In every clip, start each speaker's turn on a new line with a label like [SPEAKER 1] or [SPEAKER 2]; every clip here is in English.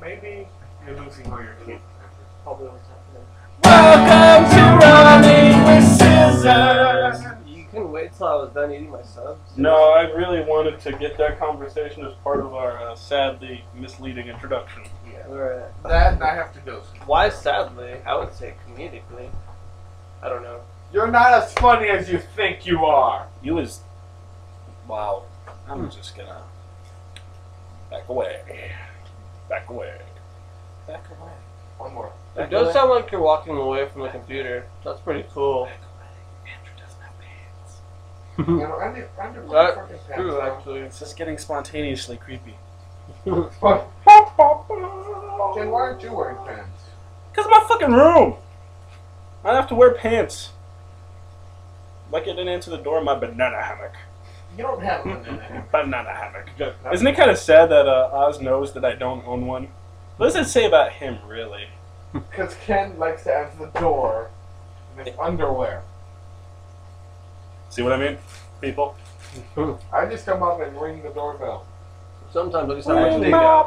[SPEAKER 1] Maybe you're losing where your kid
[SPEAKER 2] Probably always happening.
[SPEAKER 3] Welcome to Running with Scissors.
[SPEAKER 2] You couldn't wait till I was done eating my subs.
[SPEAKER 1] No, I really wanted to get that conversation as part of our uh, sadly misleading introduction.
[SPEAKER 4] Yeah.
[SPEAKER 2] Alright.
[SPEAKER 4] That and I have to go.
[SPEAKER 2] Why sadly? I would say comedically. I don't know.
[SPEAKER 4] You're not as funny as you think you are.
[SPEAKER 3] You was. Wow. I'm just gonna. Back away. Back away. Back away.
[SPEAKER 4] One more.
[SPEAKER 2] It
[SPEAKER 3] Back
[SPEAKER 2] does
[SPEAKER 3] away.
[SPEAKER 2] sound like you're walking away from the computer. That's pretty cool.
[SPEAKER 3] Back away. Andrew doesn't have pants.
[SPEAKER 4] you know, Andy, Andy,
[SPEAKER 2] That-
[SPEAKER 4] fucking pants
[SPEAKER 2] Uh, True,
[SPEAKER 4] on.
[SPEAKER 2] actually.
[SPEAKER 3] It's just getting spontaneously creepy.
[SPEAKER 4] Fuck. Jen,
[SPEAKER 3] Because
[SPEAKER 4] why aren't you wearing pants?
[SPEAKER 3] my fucking room. I have to wear pants. Like it didn't answer the door in my banana hammock.
[SPEAKER 4] You don't have one in there.
[SPEAKER 3] Banana hammock. Isn't it kind of sad that uh, Oz knows that I don't own one? What does it say about him, really?
[SPEAKER 4] Because Ken likes to answer the door in his underwear.
[SPEAKER 3] See what I mean? People.
[SPEAKER 4] I just come up and ring the doorbell.
[SPEAKER 2] Sometimes I just have
[SPEAKER 3] Ring
[SPEAKER 2] actually
[SPEAKER 3] my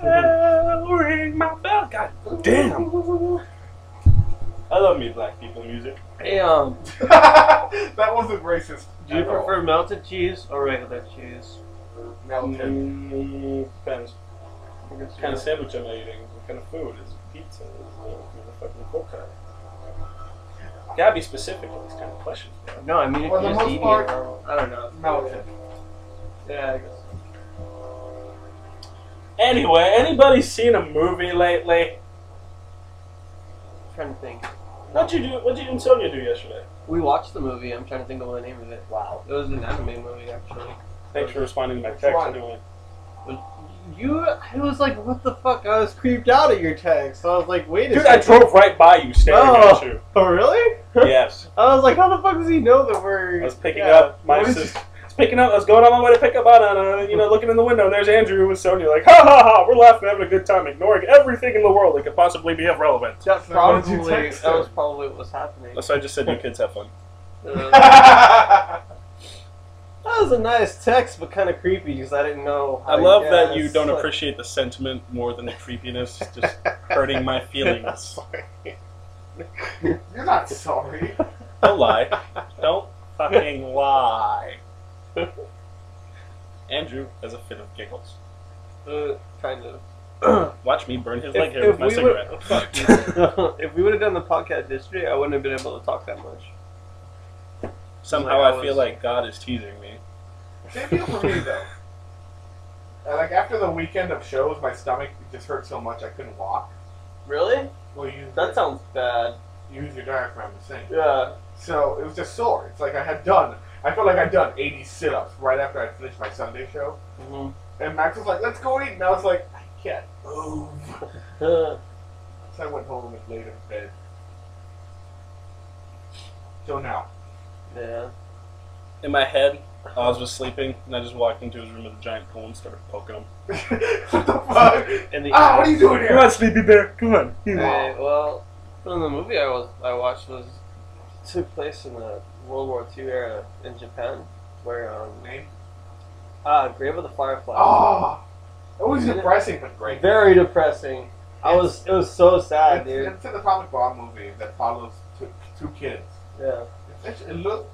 [SPEAKER 3] bell, ring my bell. God damn. I love me black people music.
[SPEAKER 2] Hey, um,
[SPEAKER 4] that wasn't racist.
[SPEAKER 2] do you
[SPEAKER 4] at all.
[SPEAKER 2] prefer melted cheese or regular cheese?
[SPEAKER 4] Melted.
[SPEAKER 3] Mm, depends.
[SPEAKER 2] I guess
[SPEAKER 3] What kind of
[SPEAKER 2] you-
[SPEAKER 3] sandwich am I eating? What kind of food? Is it pizza? Is it motherfucking coca? Gotta be specific on these kind of questions, bro.
[SPEAKER 2] No, I mean, if
[SPEAKER 4] For the
[SPEAKER 2] you're just
[SPEAKER 4] most
[SPEAKER 2] eating
[SPEAKER 4] part-
[SPEAKER 2] it normal. I don't know.
[SPEAKER 4] Melted.
[SPEAKER 2] Yeah, I guess.
[SPEAKER 3] Anyway, anybody seen a movie lately?
[SPEAKER 2] I'm trying to think.
[SPEAKER 3] What'd you do? What'd you and Sonia do yesterday?
[SPEAKER 2] We watched the movie. I'm trying to think of the name of it. Wow. It was an anime movie, actually.
[SPEAKER 3] Thanks for responding to my text.
[SPEAKER 4] Fun.
[SPEAKER 3] Anyway,
[SPEAKER 2] You, I was like, what the fuck? I was creeped out at your text. I was like, wait a
[SPEAKER 3] dude, I
[SPEAKER 2] second.
[SPEAKER 3] drove right by you, staring
[SPEAKER 2] Oh.
[SPEAKER 3] at you.
[SPEAKER 2] oh, really?
[SPEAKER 3] Yes,
[SPEAKER 2] I was like, how the fuck does he know that we're?
[SPEAKER 3] I was picking
[SPEAKER 2] Yeah.
[SPEAKER 3] up my
[SPEAKER 2] What is-
[SPEAKER 3] sister. I was picking up. I was going on my way to pick up Anna, and you know, looking in the window, and there's Andrew and Sonia. Like, ha ha ha! We're laughing, having a good time, ignoring everything in the world that could possibly be of relevance.
[SPEAKER 2] That
[SPEAKER 4] So why did
[SPEAKER 2] probably
[SPEAKER 4] you
[SPEAKER 2] that
[SPEAKER 4] text her?
[SPEAKER 2] was probably what was happening.
[SPEAKER 3] So I just said, "You kids have fun."
[SPEAKER 2] Uh, that Uh.
[SPEAKER 4] I
[SPEAKER 2] was a nice text, but kind of creepy because I didn't know.
[SPEAKER 3] I love that
[SPEAKER 2] guess,
[SPEAKER 3] you don't
[SPEAKER 2] like-
[SPEAKER 3] appreciate the sentiment more than the creepiness, just hurting my feelings.
[SPEAKER 4] You're not sorry.
[SPEAKER 3] Don't lie. Don't fucking lie. Andrew has a fit of giggles.
[SPEAKER 2] Uh, kind of.
[SPEAKER 3] Watch me burn his
[SPEAKER 2] If-
[SPEAKER 3] leg hair with
[SPEAKER 2] if
[SPEAKER 3] my
[SPEAKER 2] we were-
[SPEAKER 3] cigarette.
[SPEAKER 2] if we would have done the podcast yesterday, I wouldn't have been able to talk that much.
[SPEAKER 3] Somehow
[SPEAKER 2] Like I
[SPEAKER 3] I feel
[SPEAKER 2] was-
[SPEAKER 3] like God is teasing me.
[SPEAKER 4] Same deal for me though. And, like after the weekend of shows, my stomach just hurt so much I couldn't walk.
[SPEAKER 2] Really?
[SPEAKER 4] Well, use
[SPEAKER 2] That sounds bad.
[SPEAKER 4] use your diaphragm to sing.
[SPEAKER 2] Yeah.
[SPEAKER 4] So it was just sore. It's like I had done. I felt like I'd done 80 sit-ups right after I finished my Sunday show.
[SPEAKER 2] Mm-hmm.
[SPEAKER 4] And Max was like, "Let's go eat," and I was like, "I can't move."
[SPEAKER 2] Uh,
[SPEAKER 4] So I went home and laid in bed. So now,
[SPEAKER 2] yeah.
[SPEAKER 3] In my head, Oz was sleeping, and I just walked into his room with a giant pool and started poking him.
[SPEAKER 4] what the fuck?
[SPEAKER 2] And the
[SPEAKER 4] Ah, what are you doing here?
[SPEAKER 3] sleepy bear. Come on.
[SPEAKER 2] Hey, well, from the movie I was I watched was took place in the World War II era in Japan, where um
[SPEAKER 4] Name?
[SPEAKER 2] ah Grave of the Fireflies.
[SPEAKER 4] Ah, it was depressing but great.
[SPEAKER 2] Very depressing. I was it was so sad,
[SPEAKER 4] It's,
[SPEAKER 2] dude.
[SPEAKER 4] it's an atomic bomb movie that follows two, two kids.
[SPEAKER 2] Yeah.
[SPEAKER 4] It's, it's, it looks,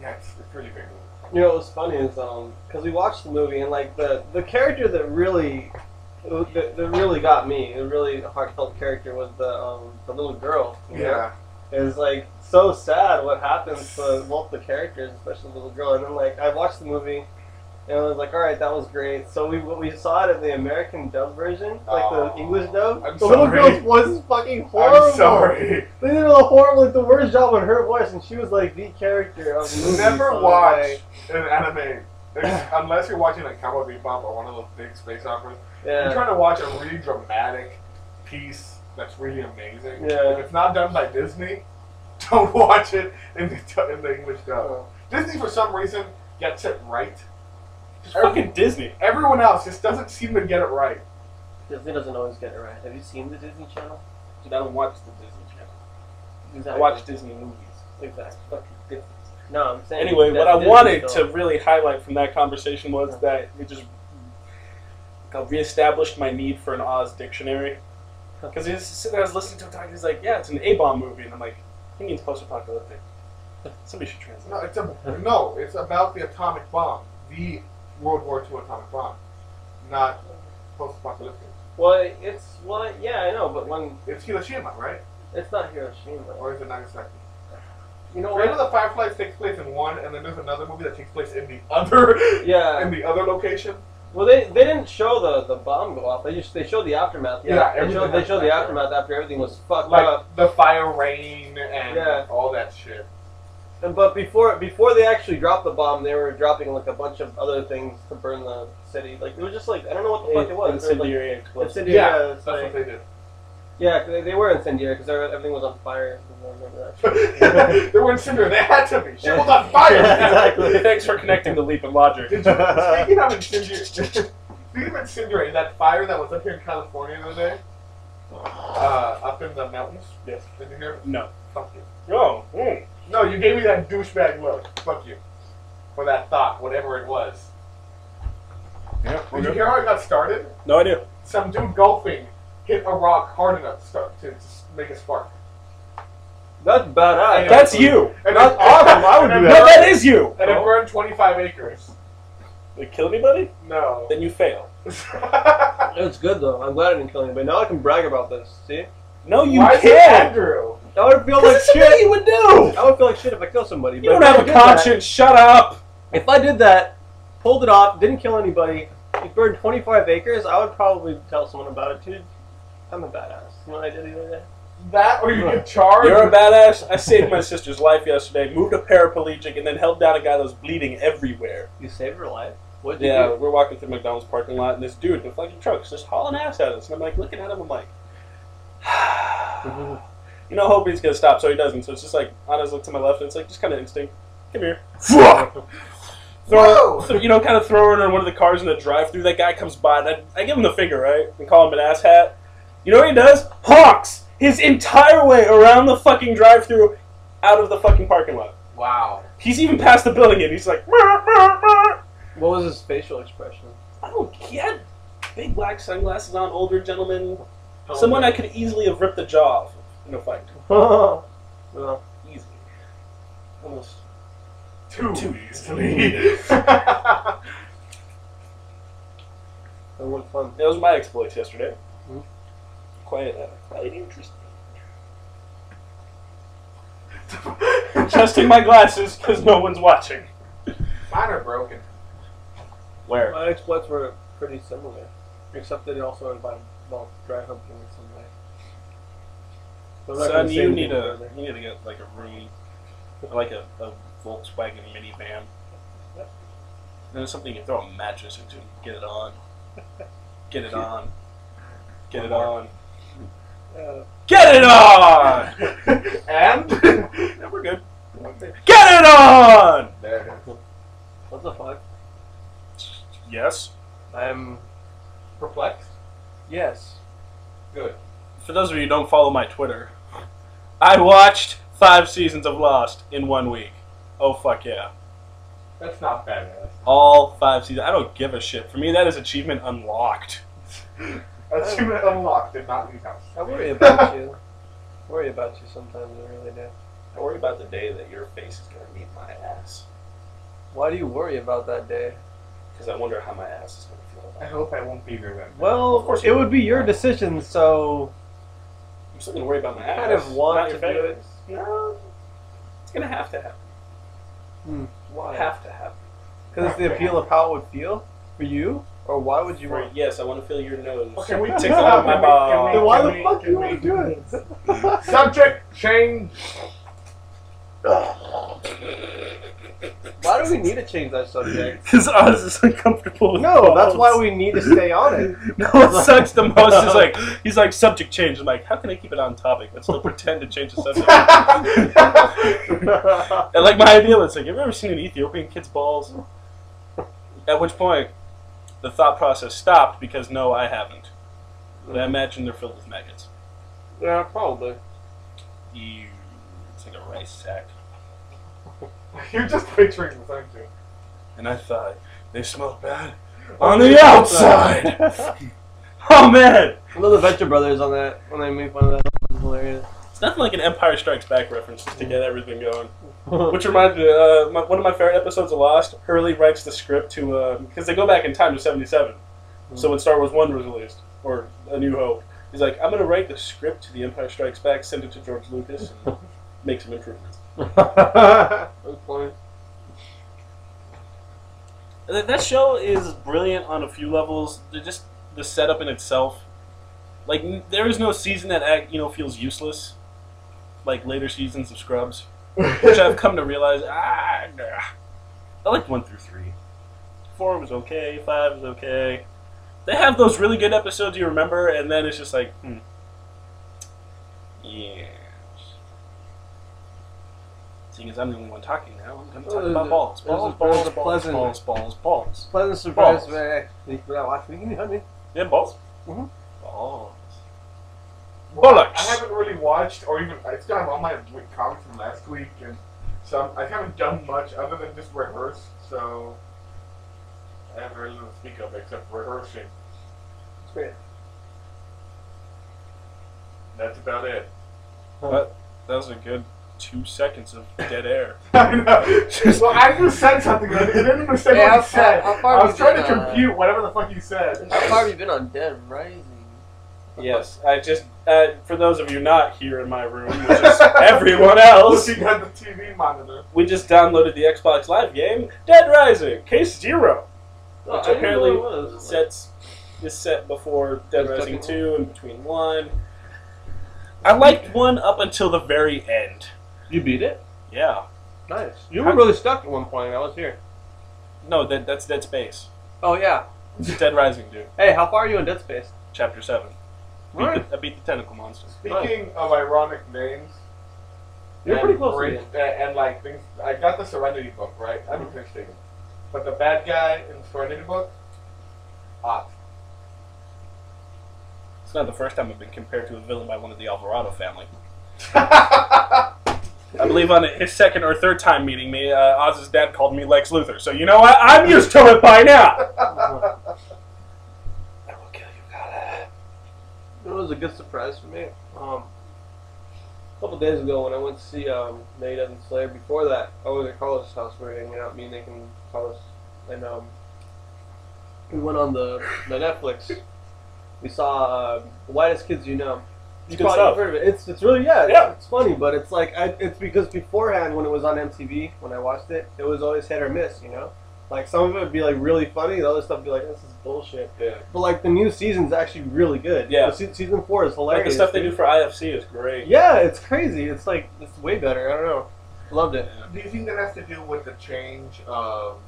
[SPEAKER 4] yeah, it's, it's really great movie.
[SPEAKER 2] You know what was funny is um because we watched the movie and like the the character that really that, that really got me, a really heartfelt character was the um the little girl. you know? is like so sad what happens to both the characters, especially the little girl. And then like I watched the movie, and I was like, all right, that was great. So we we saw it in the American dub version, like
[SPEAKER 4] Oh,
[SPEAKER 2] the English dub.
[SPEAKER 4] I'm
[SPEAKER 2] the little
[SPEAKER 4] sorry.
[SPEAKER 2] girl's voice is fucking horrible.
[SPEAKER 4] I'm sorry.
[SPEAKER 2] They did a horrible, like the worst job with her voice, and she was like the character of the movie.
[SPEAKER 4] Never
[SPEAKER 2] so,
[SPEAKER 4] watch
[SPEAKER 2] like,
[SPEAKER 4] an anime. It's- unless you're watching like Cowboy Bebop or one of those big space operas. You're
[SPEAKER 2] yeah.
[SPEAKER 4] trying to watch a really dramatic piece that's really amazing.
[SPEAKER 2] Yeah.
[SPEAKER 4] If it's not done by Disney, don't watch it in the, in the English dub.
[SPEAKER 2] Oh.
[SPEAKER 4] Disney, for some reason, gets it right.
[SPEAKER 3] It's fucking Disney.
[SPEAKER 4] Everyone else just doesn't seem to get it right.
[SPEAKER 2] Disney doesn't always get it right. Have you seen the Disney Channel?
[SPEAKER 3] Dude, I don't watch the Disney channel. I
[SPEAKER 2] Exactly.
[SPEAKER 3] watch Disney movies.
[SPEAKER 2] Exactly.
[SPEAKER 3] Fucking Disney.
[SPEAKER 2] No, I'm saying.
[SPEAKER 3] Anyway, what
[SPEAKER 2] that's
[SPEAKER 3] I
[SPEAKER 2] Disney
[SPEAKER 3] wanted
[SPEAKER 2] stuff.
[SPEAKER 3] to really highlight from that conversation was that it just
[SPEAKER 1] I reestablished my need for an Oz dictionary. Because he's sitting there, I was listening to him talk, he's like, yeah, it's an A-bomb movie. And I'm like, he means post-apocalyptic. Somebody should translate.
[SPEAKER 4] No, it's a, no, it's about the atomic bomb, the World War II atomic bomb, not post-apocalyptic.
[SPEAKER 2] Well, it's well, yeah, I know, but when
[SPEAKER 4] It's Hiroshima, right?
[SPEAKER 2] it's not Hiroshima,
[SPEAKER 4] Or is it Nagasaki?
[SPEAKER 2] you know
[SPEAKER 4] Remember
[SPEAKER 2] what?
[SPEAKER 4] the Fireflies takes place in one, and then there's another movie that takes place in the other,
[SPEAKER 2] Yeah.
[SPEAKER 4] in the other location.
[SPEAKER 2] Well, they they didn't show the the bomb go off. They just they showed the aftermath.
[SPEAKER 4] Yeah,
[SPEAKER 2] Yeah. they
[SPEAKER 4] everything
[SPEAKER 2] showed they showed the
[SPEAKER 4] happened.
[SPEAKER 2] aftermath after everything was fucked
[SPEAKER 4] Like
[SPEAKER 2] up.
[SPEAKER 4] the fire rain and
[SPEAKER 2] Uh, Yeah.
[SPEAKER 4] all that shit.
[SPEAKER 2] And but before before they actually dropped the bomb, they were dropping like a bunch of other things to burn the city. Like it was just like I don't know what the fuck it was. It was, like,
[SPEAKER 1] Incendiary explosive.
[SPEAKER 2] incendiary,
[SPEAKER 4] Yeah,
[SPEAKER 2] yeah, it's
[SPEAKER 4] That's what
[SPEAKER 2] like-
[SPEAKER 4] they did.
[SPEAKER 2] yeah, 'cause they, they were incendiary because everything was on fire. I remember that.
[SPEAKER 4] they were in cinder. They had to be. Shit was on fire.
[SPEAKER 2] Exactly.
[SPEAKER 1] Thanks for connecting the leap in logic.
[SPEAKER 4] Did you, speaking of incendiary, speaking of incendiary, that fire that was up here in California the other day, uh, up in the mountains.
[SPEAKER 1] Yes.
[SPEAKER 4] Did you hear? it?
[SPEAKER 1] No.
[SPEAKER 4] Fuck you.
[SPEAKER 1] Oh, mm.
[SPEAKER 4] No, you gave me that douchebag look. Fuck you. For that thought, whatever it was.
[SPEAKER 1] Yeah,
[SPEAKER 4] Did you hear how it got started?
[SPEAKER 1] No idea.
[SPEAKER 4] Some dude golfing hit a rock hard enough to, start, to s- make a spark.
[SPEAKER 2] That's badass.
[SPEAKER 1] That's you.
[SPEAKER 4] And
[SPEAKER 2] That's
[SPEAKER 4] it-
[SPEAKER 2] awesome. I would
[SPEAKER 4] and
[SPEAKER 2] do
[SPEAKER 4] it
[SPEAKER 1] No, that
[SPEAKER 4] burned-
[SPEAKER 1] is you.
[SPEAKER 4] And it burned 25 acres.
[SPEAKER 1] Did it kill anybody?
[SPEAKER 4] No.
[SPEAKER 1] Then you fail.
[SPEAKER 4] Why
[SPEAKER 2] It was good though. I'm glad I didn't kill anybody. Now I can brag about this. See,
[SPEAKER 1] No, you
[SPEAKER 4] is it
[SPEAKER 1] can't.
[SPEAKER 4] Andrew?
[SPEAKER 2] I would feel like
[SPEAKER 1] This is something
[SPEAKER 2] shit.
[SPEAKER 1] you would do.
[SPEAKER 2] I would feel like shit if I killed somebody.
[SPEAKER 1] You
[SPEAKER 2] but
[SPEAKER 1] don't
[SPEAKER 2] if I
[SPEAKER 1] have a
[SPEAKER 2] did that-
[SPEAKER 1] conscience. Shut up.
[SPEAKER 2] If I did that, pulled it off, didn't kill anybody, it burned 25 acres, I would probably tell someone about it too. I'm a badass. You know what I did the other day?
[SPEAKER 4] That or you get charged?
[SPEAKER 1] You're a badass. I saved my sister's life yesterday. Moved a paraplegic and then held down a guy that was bleeding everywhere.
[SPEAKER 2] You saved her life. What did
[SPEAKER 1] Yeah,
[SPEAKER 2] you
[SPEAKER 1] we're walking through McDonald's parking lot and this dude in a fucking truck's just hauling ass at us, and I'm like looking at him. I'm like,
[SPEAKER 2] do?
[SPEAKER 1] you know, hoping he's gonna stop, so he doesn't. So it's just like Anna's look to my left, and it's like just kind of instinct. Come here. Throw,
[SPEAKER 4] Whoa!
[SPEAKER 1] th- you know, kind of throw her in one of the cars in the drive-through. That guy comes by, and I, I give him the finger, right, and call him an asshat. You know what he does? Honks his entire way around the fucking drive-through, out of the fucking parking lot.
[SPEAKER 4] Wow.
[SPEAKER 1] He's even past the building, and he's like, "Meow, meow, meow."
[SPEAKER 2] What was his facial expression?
[SPEAKER 1] I don't. He had big black sunglasses on, older gentleman.
[SPEAKER 4] Oh,
[SPEAKER 1] Someone I could easily have ripped the jaw off in a fight.
[SPEAKER 2] well,
[SPEAKER 1] Easily. Almost.
[SPEAKER 4] Too,
[SPEAKER 1] Too
[SPEAKER 4] easily.
[SPEAKER 2] that was fun.
[SPEAKER 1] That was my exploits yesterday.
[SPEAKER 2] Hmm.
[SPEAKER 1] Quite, uh, quite interesting. Adjusting my glasses because no one's watching.
[SPEAKER 4] Mine are broken.
[SPEAKER 1] Where?
[SPEAKER 2] My exploits were pretty similar, except that it also involved well, dry humping in some way. So I'm not
[SPEAKER 1] Son,
[SPEAKER 2] gonna say
[SPEAKER 1] you need
[SPEAKER 2] anything
[SPEAKER 1] a
[SPEAKER 2] further.
[SPEAKER 1] you need to get like a room, like a, a Volkswagen minivan. There's something you can throw a mattress into. Get it on. Get it on. Get it on.
[SPEAKER 2] Yeah.
[SPEAKER 1] Get it on.
[SPEAKER 4] and?
[SPEAKER 1] Yeah, we're good. Get it on.
[SPEAKER 4] There.
[SPEAKER 2] What the fuck?
[SPEAKER 1] Yes.
[SPEAKER 2] I'm.
[SPEAKER 4] Perplexed?
[SPEAKER 2] Yes.
[SPEAKER 4] Good.
[SPEAKER 1] For those of you who don't follow my Twitter, I watched five seasons of Lost in one week. Oh fuck yeah!
[SPEAKER 4] That's not fabulous.
[SPEAKER 1] All five seasons. I don't give a shit. For me, that is achievement unlocked.
[SPEAKER 4] Achievement unlocked did not leave house.
[SPEAKER 2] I worry about you. I worry about you sometimes. I really do.
[SPEAKER 1] I worry about the day that your face is gonna meet my ass,
[SPEAKER 2] Why do you worry about that day?
[SPEAKER 1] because I wonder how my ass is gonna feel.
[SPEAKER 4] I
[SPEAKER 1] About it.
[SPEAKER 4] hope I won't be remembered.
[SPEAKER 2] Well,
[SPEAKER 1] Of course
[SPEAKER 2] it would be your decision, so
[SPEAKER 1] I'm still gonna worry about my
[SPEAKER 2] I
[SPEAKER 1] ass.
[SPEAKER 2] kind of
[SPEAKER 1] not
[SPEAKER 2] want to
[SPEAKER 1] your
[SPEAKER 2] do
[SPEAKER 1] face.
[SPEAKER 2] it.
[SPEAKER 1] No, it's gonna have to happen.
[SPEAKER 2] Why?
[SPEAKER 1] Have to happen.
[SPEAKER 2] Because it's the appeal of how it would feel for you, or why would you
[SPEAKER 1] For,
[SPEAKER 2] want?
[SPEAKER 1] yes, I want to feel your nose.
[SPEAKER 4] Okay, we
[SPEAKER 1] tickle
[SPEAKER 4] tickle out
[SPEAKER 1] my
[SPEAKER 4] my
[SPEAKER 1] balls.
[SPEAKER 4] balls.
[SPEAKER 2] Then why
[SPEAKER 4] Can
[SPEAKER 2] the
[SPEAKER 4] we-
[SPEAKER 2] fuck
[SPEAKER 4] can
[SPEAKER 2] do you
[SPEAKER 4] we-
[SPEAKER 2] want to do it?
[SPEAKER 4] Subject change.
[SPEAKER 2] Why do we need to change that subject?
[SPEAKER 1] His ass is uncomfortable.
[SPEAKER 2] No, that's why we need to stay on it.
[SPEAKER 1] No, what sucks the most is like he's like subject change. I'm like, how can I keep it on topic but still pretend to change the subject? and like my idea was like, have you ever seen an Ethiopian kid's balls? At which point, the thought process stopped because no, I haven't. But I imagine they're filled with maggots.
[SPEAKER 2] Yeah, probably.
[SPEAKER 1] Ew, it's like a rice sack.
[SPEAKER 4] You're just picturing this, aren't you?
[SPEAKER 1] And I thought they smell bad.
[SPEAKER 3] on the outside. oh man,
[SPEAKER 2] I know the Venture Brothers on that when they made fun of that. It was hilarious.
[SPEAKER 1] It's nothing like an Empire Strikes Back reference just to get everything going. Which reminds me, uh, my, one of my favorite episodes of Lost, Hurley writes the script to, because they go back in time to 77. So when Star Wars 1 was released, or A New Hope, he's like, I'm going to write the script to The Empire Strikes Back, send it to George Lucas, and make some improvements.
[SPEAKER 2] That was funny.
[SPEAKER 1] Th- That show is brilliant on a few levels. They're just the setup in itself. Like, n- there is no season that, act, you know, feels useless. Like later seasons of Scrubs. which I've come to realize, ah, nah. I liked one through three. Four was okay, five was okay. They have those really good episodes you remember, and then it's just like, hmm. Yes. Seeing as I'm the only one talking now, I'm going to talk about balls.
[SPEAKER 2] This is
[SPEAKER 1] Balls, balls,
[SPEAKER 2] very
[SPEAKER 1] balls,
[SPEAKER 2] pleasant.
[SPEAKER 1] balls, balls, balls.
[SPEAKER 2] Pleasant surprise
[SPEAKER 1] Balls.
[SPEAKER 2] when I actually when I watched it. Can you help me?
[SPEAKER 1] Yeah, balls?
[SPEAKER 2] Mhm.
[SPEAKER 1] Balls.
[SPEAKER 4] I
[SPEAKER 1] Bollocks!
[SPEAKER 4] haven't really watched or even I still have all my w- comics from last week, and so I'm- I haven't done much other than just rehearse. So I have very little to speak of except rehearsing.
[SPEAKER 2] It's great.
[SPEAKER 4] That's about it.
[SPEAKER 1] Uh, That was a good two seconds of dead air.
[SPEAKER 4] I know. Well, Andrew said something. but I didn't understand
[SPEAKER 2] Yeah,
[SPEAKER 4] what
[SPEAKER 2] how
[SPEAKER 4] he said.
[SPEAKER 2] far- how far
[SPEAKER 4] I
[SPEAKER 2] we
[SPEAKER 4] was trying to
[SPEAKER 2] been, uh,
[SPEAKER 4] compute whatever the fuck he said.
[SPEAKER 2] I've probably been on Dead Rising.
[SPEAKER 1] Yes, I just uh, for those of you not here in my room, which is everyone else,
[SPEAKER 4] Looking at the TV monitor.
[SPEAKER 1] we just downloaded the Xbox Live game Dead Rising Case Zero,
[SPEAKER 2] No,
[SPEAKER 1] Which
[SPEAKER 2] Oh, I didn't know what
[SPEAKER 1] apparently
[SPEAKER 2] it was.
[SPEAKER 1] sets is set before Dead
[SPEAKER 2] It's
[SPEAKER 1] Rising
[SPEAKER 2] fucking-
[SPEAKER 1] Two and between one. I liked one up until the very end.
[SPEAKER 3] you beat it.
[SPEAKER 1] Yeah,
[SPEAKER 2] nice. You were really stuck at one point. I was here.
[SPEAKER 1] no, that that's Dead Space.
[SPEAKER 2] Oh yeah.
[SPEAKER 1] It's Dead Rising, dude.
[SPEAKER 2] Hey, how far are you in Dead Space?
[SPEAKER 1] Chapter Seven. Beat
[SPEAKER 2] Alright.
[SPEAKER 1] the, I beat the tentacle monster.
[SPEAKER 4] Speaking of ironic names.
[SPEAKER 2] You're
[SPEAKER 4] and
[SPEAKER 2] pretty close to
[SPEAKER 4] great- uh, and like things, I got the Serenity book right. I haven't finished it, but the bad guy in the Serenity book, hot.
[SPEAKER 1] It's not the first time I've been compared to a villain by one of the Alvarado family. I believe on his second or third time meeting me, uh, Oz's dad called me Lex Luthor. So you know what? I'm used to it by now. I will kill you, Kala.
[SPEAKER 2] It was a good surprise for me. Um, a couple days ago when I went to see um, Nate and Slayer, before that, I was at Carlos' house. We were hanging out, me, Nick, and Carlos. And um, we went on the, the Netflix. We saw uh, Whitest Kids You Know.
[SPEAKER 1] It's
[SPEAKER 2] You
[SPEAKER 1] good
[SPEAKER 2] probably
[SPEAKER 1] stuff.
[SPEAKER 2] heard of it. It's, it's really, yeah,
[SPEAKER 1] Yeah.
[SPEAKER 2] It's, it's funny, but it's like, I, it's because beforehand when it was on MTV, when I watched it, it was always hit or miss, you know? Like some of it would be like really funny, the other stuff would be like, this is bullshit.
[SPEAKER 4] Yeah.
[SPEAKER 2] But like the new season's actually really good.
[SPEAKER 1] Yeah.
[SPEAKER 2] The se- season four is
[SPEAKER 1] Like
[SPEAKER 2] hilarious.
[SPEAKER 1] the stuff they do
[SPEAKER 2] dude.
[SPEAKER 1] for IFC is great.
[SPEAKER 2] Yeah, it's crazy. It's like it's way better. I don't know. Loved it.
[SPEAKER 4] Do you think that has to do with the change of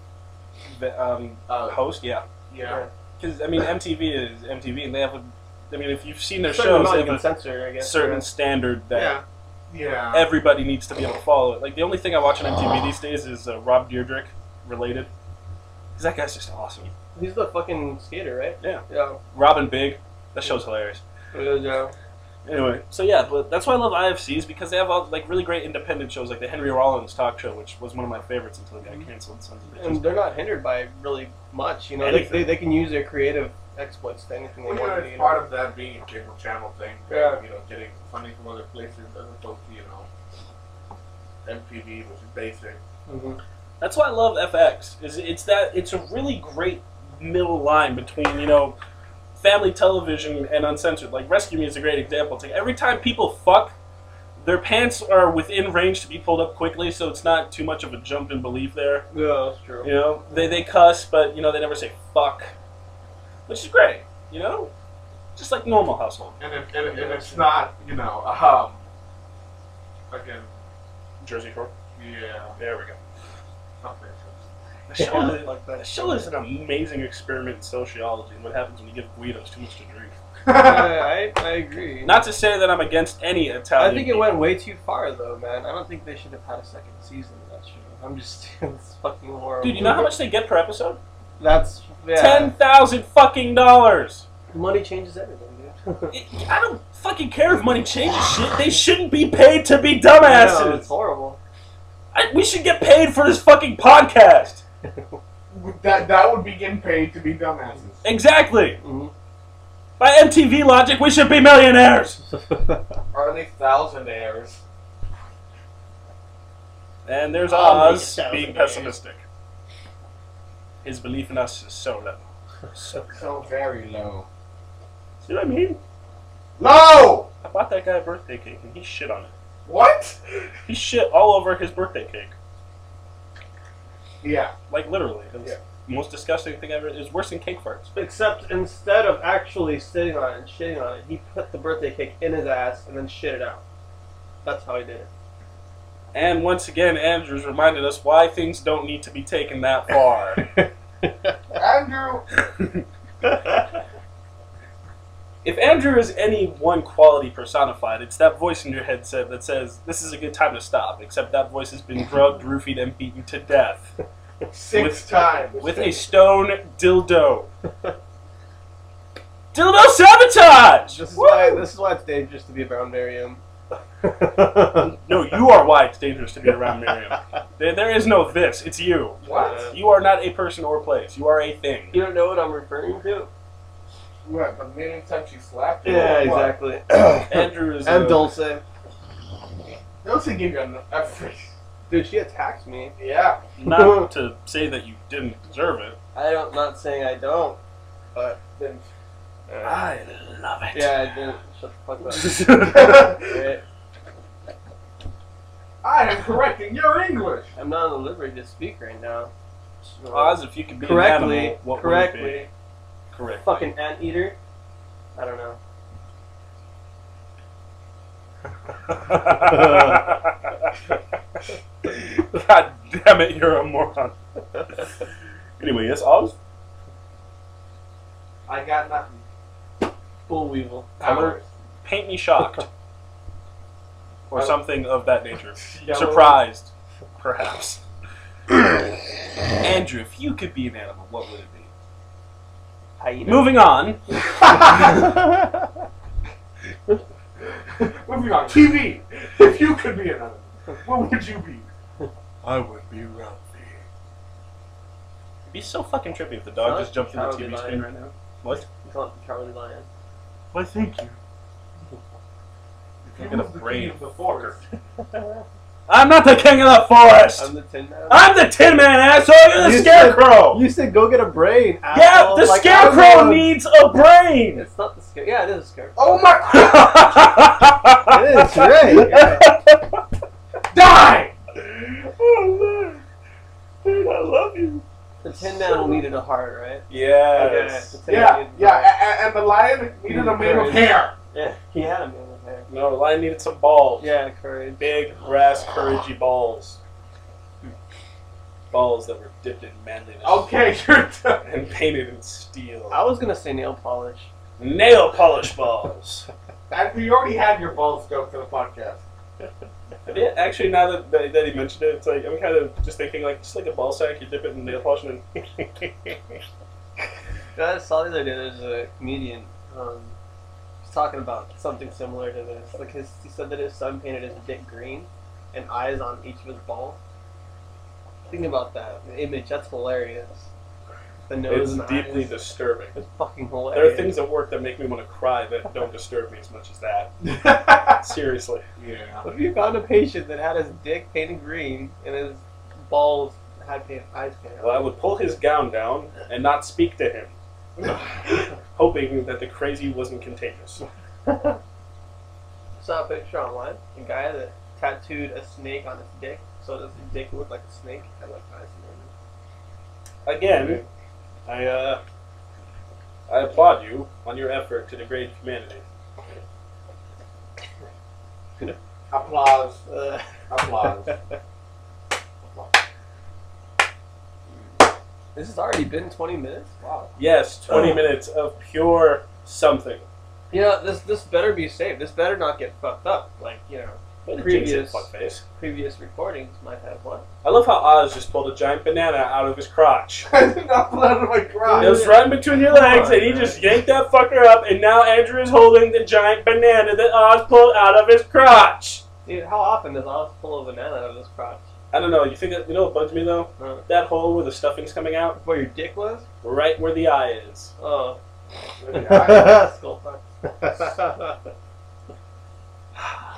[SPEAKER 1] The um,
[SPEAKER 4] uh,
[SPEAKER 1] host, yeah.
[SPEAKER 4] yeah?
[SPEAKER 1] Because I mean, MTV is MTV, and they have a. I mean, if you've seen their
[SPEAKER 2] Certain
[SPEAKER 1] shows,
[SPEAKER 2] amount
[SPEAKER 1] they
[SPEAKER 2] you can
[SPEAKER 1] have
[SPEAKER 2] censor, I
[SPEAKER 1] a
[SPEAKER 2] guess.
[SPEAKER 1] certain standard that
[SPEAKER 4] Yeah. Yeah.
[SPEAKER 1] everybody needs to be able to follow it. Like the only thing I watch on MTV these days is uh, Rob Dyrdek related. Because that guy's just awesome.
[SPEAKER 2] He's the fucking skater, right?
[SPEAKER 1] Yeah.
[SPEAKER 2] Yeah.
[SPEAKER 1] Robin Big, that show's hilarious.
[SPEAKER 2] Yeah.
[SPEAKER 1] Anyway, so yeah, but that's why I love IFCs because they have all like really great independent shows, like the Henry Rollins talk show, which was one of my favorites until it got canceled. Sons of
[SPEAKER 2] And
[SPEAKER 1] bitches.
[SPEAKER 2] they're not hindered by really much. You know, they, they, they can use their creative exploits to anything they
[SPEAKER 4] Well, you know,
[SPEAKER 2] want to.
[SPEAKER 4] it's
[SPEAKER 2] do,
[SPEAKER 4] part of that being a cable channel thing.
[SPEAKER 2] Yeah.
[SPEAKER 4] You know, getting funding from other places as opposed to you know MTV, which is basic.
[SPEAKER 2] You know? Mm-hmm.
[SPEAKER 1] That's why I love FX. Is it's that it's a really great middle line between you know family television and uncensored. Like Rescue Me is a great example. It's like every time people fuck, their pants are within range to be pulled up quickly, so it's not too much of a jump in belief there.
[SPEAKER 2] Mhm. Yeah, that's true.
[SPEAKER 1] You know, they, they cuss, but you know they never say fuck, which is great. You know, just like normal household
[SPEAKER 4] And if and, if- and it's not, you know, um, again,
[SPEAKER 1] Jersey Shore.
[SPEAKER 4] yeah,
[SPEAKER 1] There we go.
[SPEAKER 4] something.
[SPEAKER 1] The show,
[SPEAKER 2] I
[SPEAKER 1] is,
[SPEAKER 2] like
[SPEAKER 1] the
[SPEAKER 2] that.
[SPEAKER 1] show is an amazing experiment in sociology and what happens when you give Guidos too much to drink.
[SPEAKER 2] I, I, I agree.
[SPEAKER 1] Not to say that I'm against any
[SPEAKER 2] I
[SPEAKER 1] Italian.
[SPEAKER 2] think it went way too far though, man. I don't think they should have had a second season of that show. I'm just it's fucking horrible.
[SPEAKER 1] Dude, you know how much they get per episode?
[SPEAKER 2] That's yeah.
[SPEAKER 1] Ten thousand fucking dollars.
[SPEAKER 2] Money changes everything, dude.
[SPEAKER 1] I I don't fucking care if money changes shit. They shouldn't be paid to
[SPEAKER 2] I
[SPEAKER 1] be
[SPEAKER 2] know, it's
[SPEAKER 1] dumbasses.
[SPEAKER 2] horrible.
[SPEAKER 1] I, we should get paid for this fucking podcast.
[SPEAKER 4] that that would be getting paid to be dumbasses.
[SPEAKER 3] Exactly.
[SPEAKER 2] Mhm.
[SPEAKER 3] By MTV logic, we should be millionaires.
[SPEAKER 4] Or at least thousandaires.
[SPEAKER 1] And there's
[SPEAKER 5] I'll make
[SPEAKER 1] Oz
[SPEAKER 5] it thousand
[SPEAKER 1] being
[SPEAKER 5] days.
[SPEAKER 1] pessimistic. His belief in us is so low. So,
[SPEAKER 4] So very low.
[SPEAKER 1] see what I mean?
[SPEAKER 4] Low!
[SPEAKER 1] I bought that guy a birthday cake and he shit on it.
[SPEAKER 4] What?
[SPEAKER 1] He shit all over his birthday cake.
[SPEAKER 4] Yeah.
[SPEAKER 1] Like literally. It was
[SPEAKER 4] Yeah.
[SPEAKER 1] the most disgusting thing ever. It was worse than cake farts.
[SPEAKER 2] Except instead of actually sitting on it and shitting on it, he put the birthday cake in his ass and then shit it out. That's how he did it.
[SPEAKER 1] And once again, Andrews reminded us why things don't need to be taken that far.
[SPEAKER 4] Andrew,
[SPEAKER 1] if Andrew is any one quality personified, it's that voice in your headset that says, This is a good time to stop, except that voice has been drugged, roofied, and beaten to death
[SPEAKER 4] six
[SPEAKER 1] With-
[SPEAKER 4] times.
[SPEAKER 1] with a stone dildo. dildo sabotage!
[SPEAKER 2] This is
[SPEAKER 1] Woo!
[SPEAKER 2] why this is why it's dangerous to be around Miriam.
[SPEAKER 1] No, you are why it's dangerous to be around Miriam. There, there is no this, it's you.
[SPEAKER 4] What?
[SPEAKER 1] You are not a person or place, you are a thing.
[SPEAKER 2] You don't know what I'm referring to?
[SPEAKER 4] What? The million times she slapped you?
[SPEAKER 2] Yeah,
[SPEAKER 4] or what?
[SPEAKER 2] exactly.
[SPEAKER 1] Andrew is.
[SPEAKER 2] and
[SPEAKER 1] uh,
[SPEAKER 2] Dulce.
[SPEAKER 4] Those who give you an effort.
[SPEAKER 2] Dude, she attacked me.
[SPEAKER 4] Yeah.
[SPEAKER 1] not to say that you didn't deserve it.
[SPEAKER 2] I don't not saying I don't.
[SPEAKER 4] Then-
[SPEAKER 1] I love it.
[SPEAKER 2] Yeah, I didn't. Shut the fuck up. Right?
[SPEAKER 4] I am correcting your English.
[SPEAKER 2] I'm not at liberty to speak right now.
[SPEAKER 1] Oz, if you could be
[SPEAKER 2] correctly,
[SPEAKER 1] an animal, what
[SPEAKER 2] correctly.
[SPEAKER 1] would it be? Correctly.
[SPEAKER 2] Fucking anteater. I don't know.
[SPEAKER 1] God damn it, you're a moron. anyway, yes, Oz.
[SPEAKER 4] I got nothing.
[SPEAKER 2] Bull weevil.
[SPEAKER 1] Color? Paint me shocked, or something of that nature.
[SPEAKER 4] Yellow.
[SPEAKER 1] Surprised, perhaps. Andrew, if you could be an animal, what would it be?
[SPEAKER 2] Hyena.
[SPEAKER 1] Moving on.
[SPEAKER 4] Moving on. TV. If you could be another, what would you be?
[SPEAKER 1] I would be Ralphie. It'd be so fucking trippy if the dog
[SPEAKER 2] Huh?
[SPEAKER 1] just jumped through the
[SPEAKER 2] Cowardly
[SPEAKER 1] TV
[SPEAKER 2] lion.
[SPEAKER 1] screen right now. What?
[SPEAKER 2] You call it the cowardly lion.
[SPEAKER 1] Why, thank you. You're
[SPEAKER 4] You
[SPEAKER 1] gonna
[SPEAKER 4] was the king
[SPEAKER 1] brave
[SPEAKER 4] of the forest.
[SPEAKER 3] I'm not the king of the forest.
[SPEAKER 2] I'm the tin man.
[SPEAKER 3] I'm the Tin Man, asshole. You're the
[SPEAKER 2] You said-
[SPEAKER 3] Scarecrow.
[SPEAKER 2] Oh. You said go get a brain.
[SPEAKER 3] yeah,
[SPEAKER 2] asshole,
[SPEAKER 3] the
[SPEAKER 2] like I
[SPEAKER 3] Scarecrow
[SPEAKER 2] was.
[SPEAKER 3] needs a brain.
[SPEAKER 2] It's not the scare. Yeah, it is a scarecrow.
[SPEAKER 4] Oh my!
[SPEAKER 2] It is right.
[SPEAKER 4] Die!
[SPEAKER 3] oh man, dude, I love you.
[SPEAKER 2] The tin man needed a heart, right?
[SPEAKER 3] Yes.
[SPEAKER 2] Okay.
[SPEAKER 4] Yeah, yeah, and, and the lion needed a man of hair.
[SPEAKER 2] Yeah, he had a man with hair.
[SPEAKER 3] No, lion needed some balls.
[SPEAKER 2] Yeah, courage.
[SPEAKER 3] Big, brass, couragey balls. Balls that were dipped in manliness
[SPEAKER 4] Okay, you're done.
[SPEAKER 3] and painted in steel.
[SPEAKER 2] I was gonna say nail polish.
[SPEAKER 3] Nail polish balls.
[SPEAKER 4] And you already had your balls go for the podcast.
[SPEAKER 3] Yeah, actually, now that, that that he mentioned it, it's like I'm kind of just thinking like just like a ball sack. You dip it in nail polish and then
[SPEAKER 2] I saw the other day there's a comedian um, was talking about something similar to this. Like his, he said that his son painted his dick green and eyes on each of his balls. Think about that the image. That's hilarious. The nose
[SPEAKER 3] it's
[SPEAKER 2] and
[SPEAKER 3] deeply
[SPEAKER 2] eyes.
[SPEAKER 3] disturbing.
[SPEAKER 2] It's fucking
[SPEAKER 3] There are
[SPEAKER 2] hilarious.
[SPEAKER 3] things at work that make me want to cry that don't disturb me as much as that. Seriously.
[SPEAKER 4] yeah.
[SPEAKER 2] What if you found a patient that had his dick painted green and his balls had paint, eyes painted?
[SPEAKER 3] Well, I would pull his gown down and not speak to him, hoping that the crazy wasn't contagious.
[SPEAKER 2] saw a picture online. A guy that tattooed a snake on his dick, so does his dick look like a snake? I like eyes and
[SPEAKER 3] Again, I uh, I applaud you on your effort to degrade humanity.
[SPEAKER 4] Applause.
[SPEAKER 2] everything.
[SPEAKER 4] Applause.
[SPEAKER 2] This has already been 20 minutes. Wow.
[SPEAKER 3] Yes, 20
[SPEAKER 2] Oh.
[SPEAKER 3] minutes of pure something.
[SPEAKER 2] You know, this this better be safe. This better not get fucked up. Like you know,
[SPEAKER 3] What a
[SPEAKER 2] Previous.
[SPEAKER 3] jinx it, fuckface.
[SPEAKER 2] previous recordings might have what?
[SPEAKER 3] I love how Oz just pulled a giant banana out of his crotch.
[SPEAKER 4] I did not pull out of my garage.
[SPEAKER 3] It was right between your legs, and he just yanked that fucker up, and now Andrew is holding the giant banana that Oz pulled out of his crotch.
[SPEAKER 2] Dude, how often does Oz pull a banana out of his crotch?
[SPEAKER 3] I don't know. You think that, you know what bugs me though?
[SPEAKER 2] Huh.
[SPEAKER 3] That hole where the stuffing's coming out,
[SPEAKER 2] Where your dick was?
[SPEAKER 3] right where the eye is.
[SPEAKER 2] Oh.
[SPEAKER 4] I,
[SPEAKER 2] Skull fuck.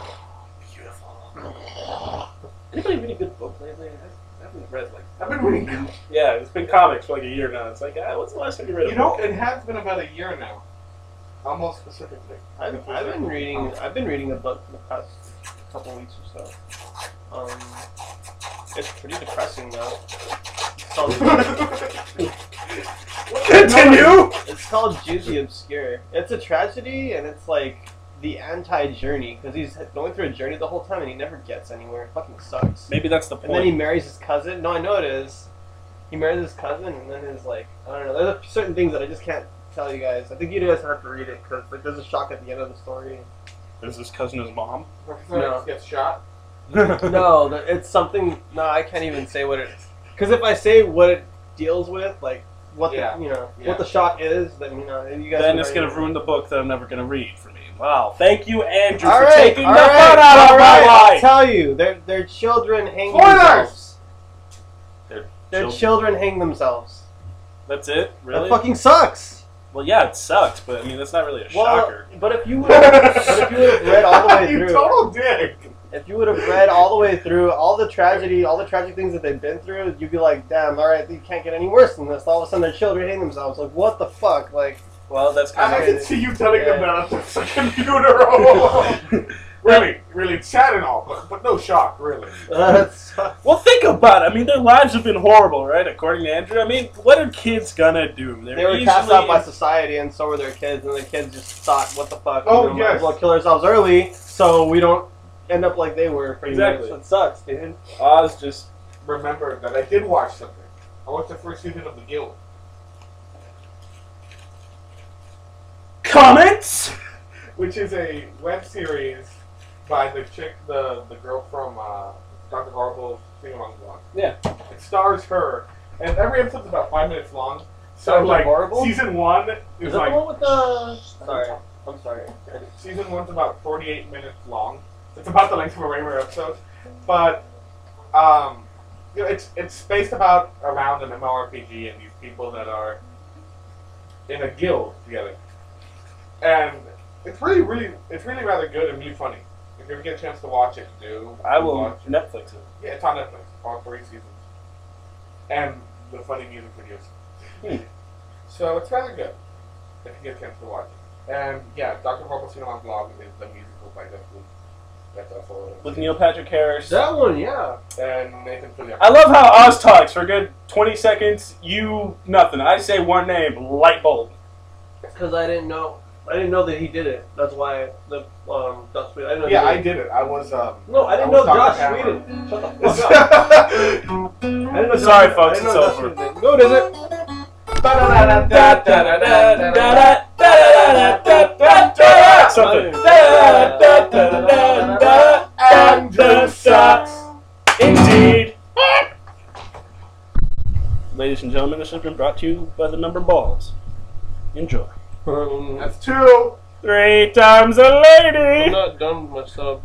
[SPEAKER 3] Beautiful. Anybody read a good book lately? I haven't read like
[SPEAKER 4] I've been reading.
[SPEAKER 3] yeah, it's been comics for like a year now. It's like, ah, what's the last time you read a
[SPEAKER 4] You know,
[SPEAKER 3] book?
[SPEAKER 4] it has been about a year now. Almost specifically.
[SPEAKER 2] I've, I've been reading. I've been reading a book for the past couple weeks or so. Um, it's pretty depressing though. It's called,
[SPEAKER 3] Continue.
[SPEAKER 2] it's called Juice the Obscure. It's a tragedy, and it's like the anti-journey because he's going through a journey the whole time, and he never gets anywhere. It fucking sucks.
[SPEAKER 3] Maybe that's the
[SPEAKER 2] And then
[SPEAKER 3] point.
[SPEAKER 2] he marries his cousin. No, I know it is. He marries his cousin, and then his like I don't know. There's a, certain things that I just can't tell you guys. I think you guys have to read it because like there's a shock at the end of the story.
[SPEAKER 1] Is his cousin his mom?
[SPEAKER 4] Professor X gets shot.
[SPEAKER 2] no, th- it's something. No, I can't even say what it is. Because if I say what it deals with, like what
[SPEAKER 4] Yeah.
[SPEAKER 2] the you know
[SPEAKER 4] Yeah.
[SPEAKER 2] what the shock is, then you know you guys.
[SPEAKER 1] Then
[SPEAKER 2] would
[SPEAKER 1] it's gonna
[SPEAKER 2] already-
[SPEAKER 1] ruin the book that I'm never gonna read for me. Wow.
[SPEAKER 3] Thank you, Andrew,
[SPEAKER 2] All
[SPEAKER 3] for
[SPEAKER 2] right,
[SPEAKER 3] taking
[SPEAKER 2] all
[SPEAKER 3] the
[SPEAKER 2] right,
[SPEAKER 3] fun out
[SPEAKER 2] all
[SPEAKER 3] of
[SPEAKER 2] right,
[SPEAKER 3] my
[SPEAKER 2] I'll
[SPEAKER 3] life.
[SPEAKER 2] tell you, their their children hang
[SPEAKER 4] Spoilers!
[SPEAKER 2] themselves. Their
[SPEAKER 1] Children-
[SPEAKER 2] children hang themselves.
[SPEAKER 1] That's it,
[SPEAKER 2] That
[SPEAKER 1] really?
[SPEAKER 2] fucking sucks.
[SPEAKER 1] well, yeah, it sucked, but I mean, that's not really a shocker.
[SPEAKER 2] but if you would, but if you would have read all the way
[SPEAKER 4] you
[SPEAKER 2] through,
[SPEAKER 4] total dick.
[SPEAKER 2] if you would have read all the way through all the tragedy, all the tragic things that they've been through, you'd be like, damn, all right, you can't get any worse than this. All of a sudden, their children hate themselves. Like, what the fuck? Like,
[SPEAKER 1] Well, that's kind
[SPEAKER 4] I
[SPEAKER 1] of.
[SPEAKER 2] mean-
[SPEAKER 4] can see you telling
[SPEAKER 2] Yeah.
[SPEAKER 4] them about the computer. really, really, it's sad and all, but, but no shock, really.
[SPEAKER 2] that sucks.
[SPEAKER 1] Well, think about it. I mean, their lives have been horrible, right? According to Andrew. I mean, what are kids gonna do? They're
[SPEAKER 2] They were cast out by society, and so were their kids, and the kids just thought, what the fuck?
[SPEAKER 4] Oh,
[SPEAKER 2] we might as
[SPEAKER 4] yes.
[SPEAKER 2] well kill ourselves early so we don't end up like they were. Pretty
[SPEAKER 3] Exactly.
[SPEAKER 2] Much. It sucks, dude.
[SPEAKER 3] Oz just
[SPEAKER 4] Remember that I did watch something. I watched the first season of The Guild.
[SPEAKER 3] comments.
[SPEAKER 4] which is a web series by the chick, the the girl from uh, Dr. Horrible Sing Along Blog.
[SPEAKER 3] Yeah.
[SPEAKER 4] It stars her, and every episode's about five minutes long. So
[SPEAKER 2] Dr.
[SPEAKER 4] like
[SPEAKER 2] Horrible?
[SPEAKER 4] season one is,
[SPEAKER 2] Is that
[SPEAKER 4] like
[SPEAKER 2] the one with the? Sorry, I'm sorry.
[SPEAKER 4] season one's about forty-eight minutes long. It's about the length of a regular episode, but um, you know, it's it's spaced about around an MMORPG and these people that are in a guild together, and it's really really it's really rather good and really funny. If you ever get a chance to watch it, do
[SPEAKER 3] I will
[SPEAKER 4] Watch it.
[SPEAKER 3] Netflix it.
[SPEAKER 4] Yeah, it's on Netflix. All three seasons, and the funny music videos.
[SPEAKER 3] Hmm.
[SPEAKER 4] So it's rather good if you get a chance to watch it. And yeah, Dr. Horrible Cinema Blog is the musical by Jeff Luke. That's also
[SPEAKER 3] with Neil Patrick Harris.
[SPEAKER 2] That one, yeah.
[SPEAKER 4] and Nathan Fillion.
[SPEAKER 3] I love how Oz talks for a good 20 seconds. You nothing. I say one name, light bulb.
[SPEAKER 2] Because I didn't know, I didn't know that he did it. That's why the um, Dust Weed. I didn't know.
[SPEAKER 4] Yeah,
[SPEAKER 2] he
[SPEAKER 4] I
[SPEAKER 2] did
[SPEAKER 4] did it. I was um.
[SPEAKER 2] it. No, I didn't
[SPEAKER 4] I
[SPEAKER 2] know
[SPEAKER 4] was
[SPEAKER 2] Josh
[SPEAKER 4] Dr. Hammer.
[SPEAKER 2] Whedon. Shut the fuck up.
[SPEAKER 4] Ba-da-da-da-da-da-da-da-da-da-da.
[SPEAKER 2] I didn't know
[SPEAKER 3] Sorry,
[SPEAKER 2] Josh- I
[SPEAKER 3] folks,
[SPEAKER 2] didn't
[SPEAKER 3] it's
[SPEAKER 2] know Josh
[SPEAKER 3] over.
[SPEAKER 2] Whedon did it. No, it isn't.
[SPEAKER 3] Something.
[SPEAKER 4] And the socks.
[SPEAKER 3] Indeed. Ladies and gentlemen, this has been brought to you by the number balls. Enjoy.
[SPEAKER 2] Um,
[SPEAKER 4] That's two.
[SPEAKER 3] Three times a lady.
[SPEAKER 2] I'm not done with my sub.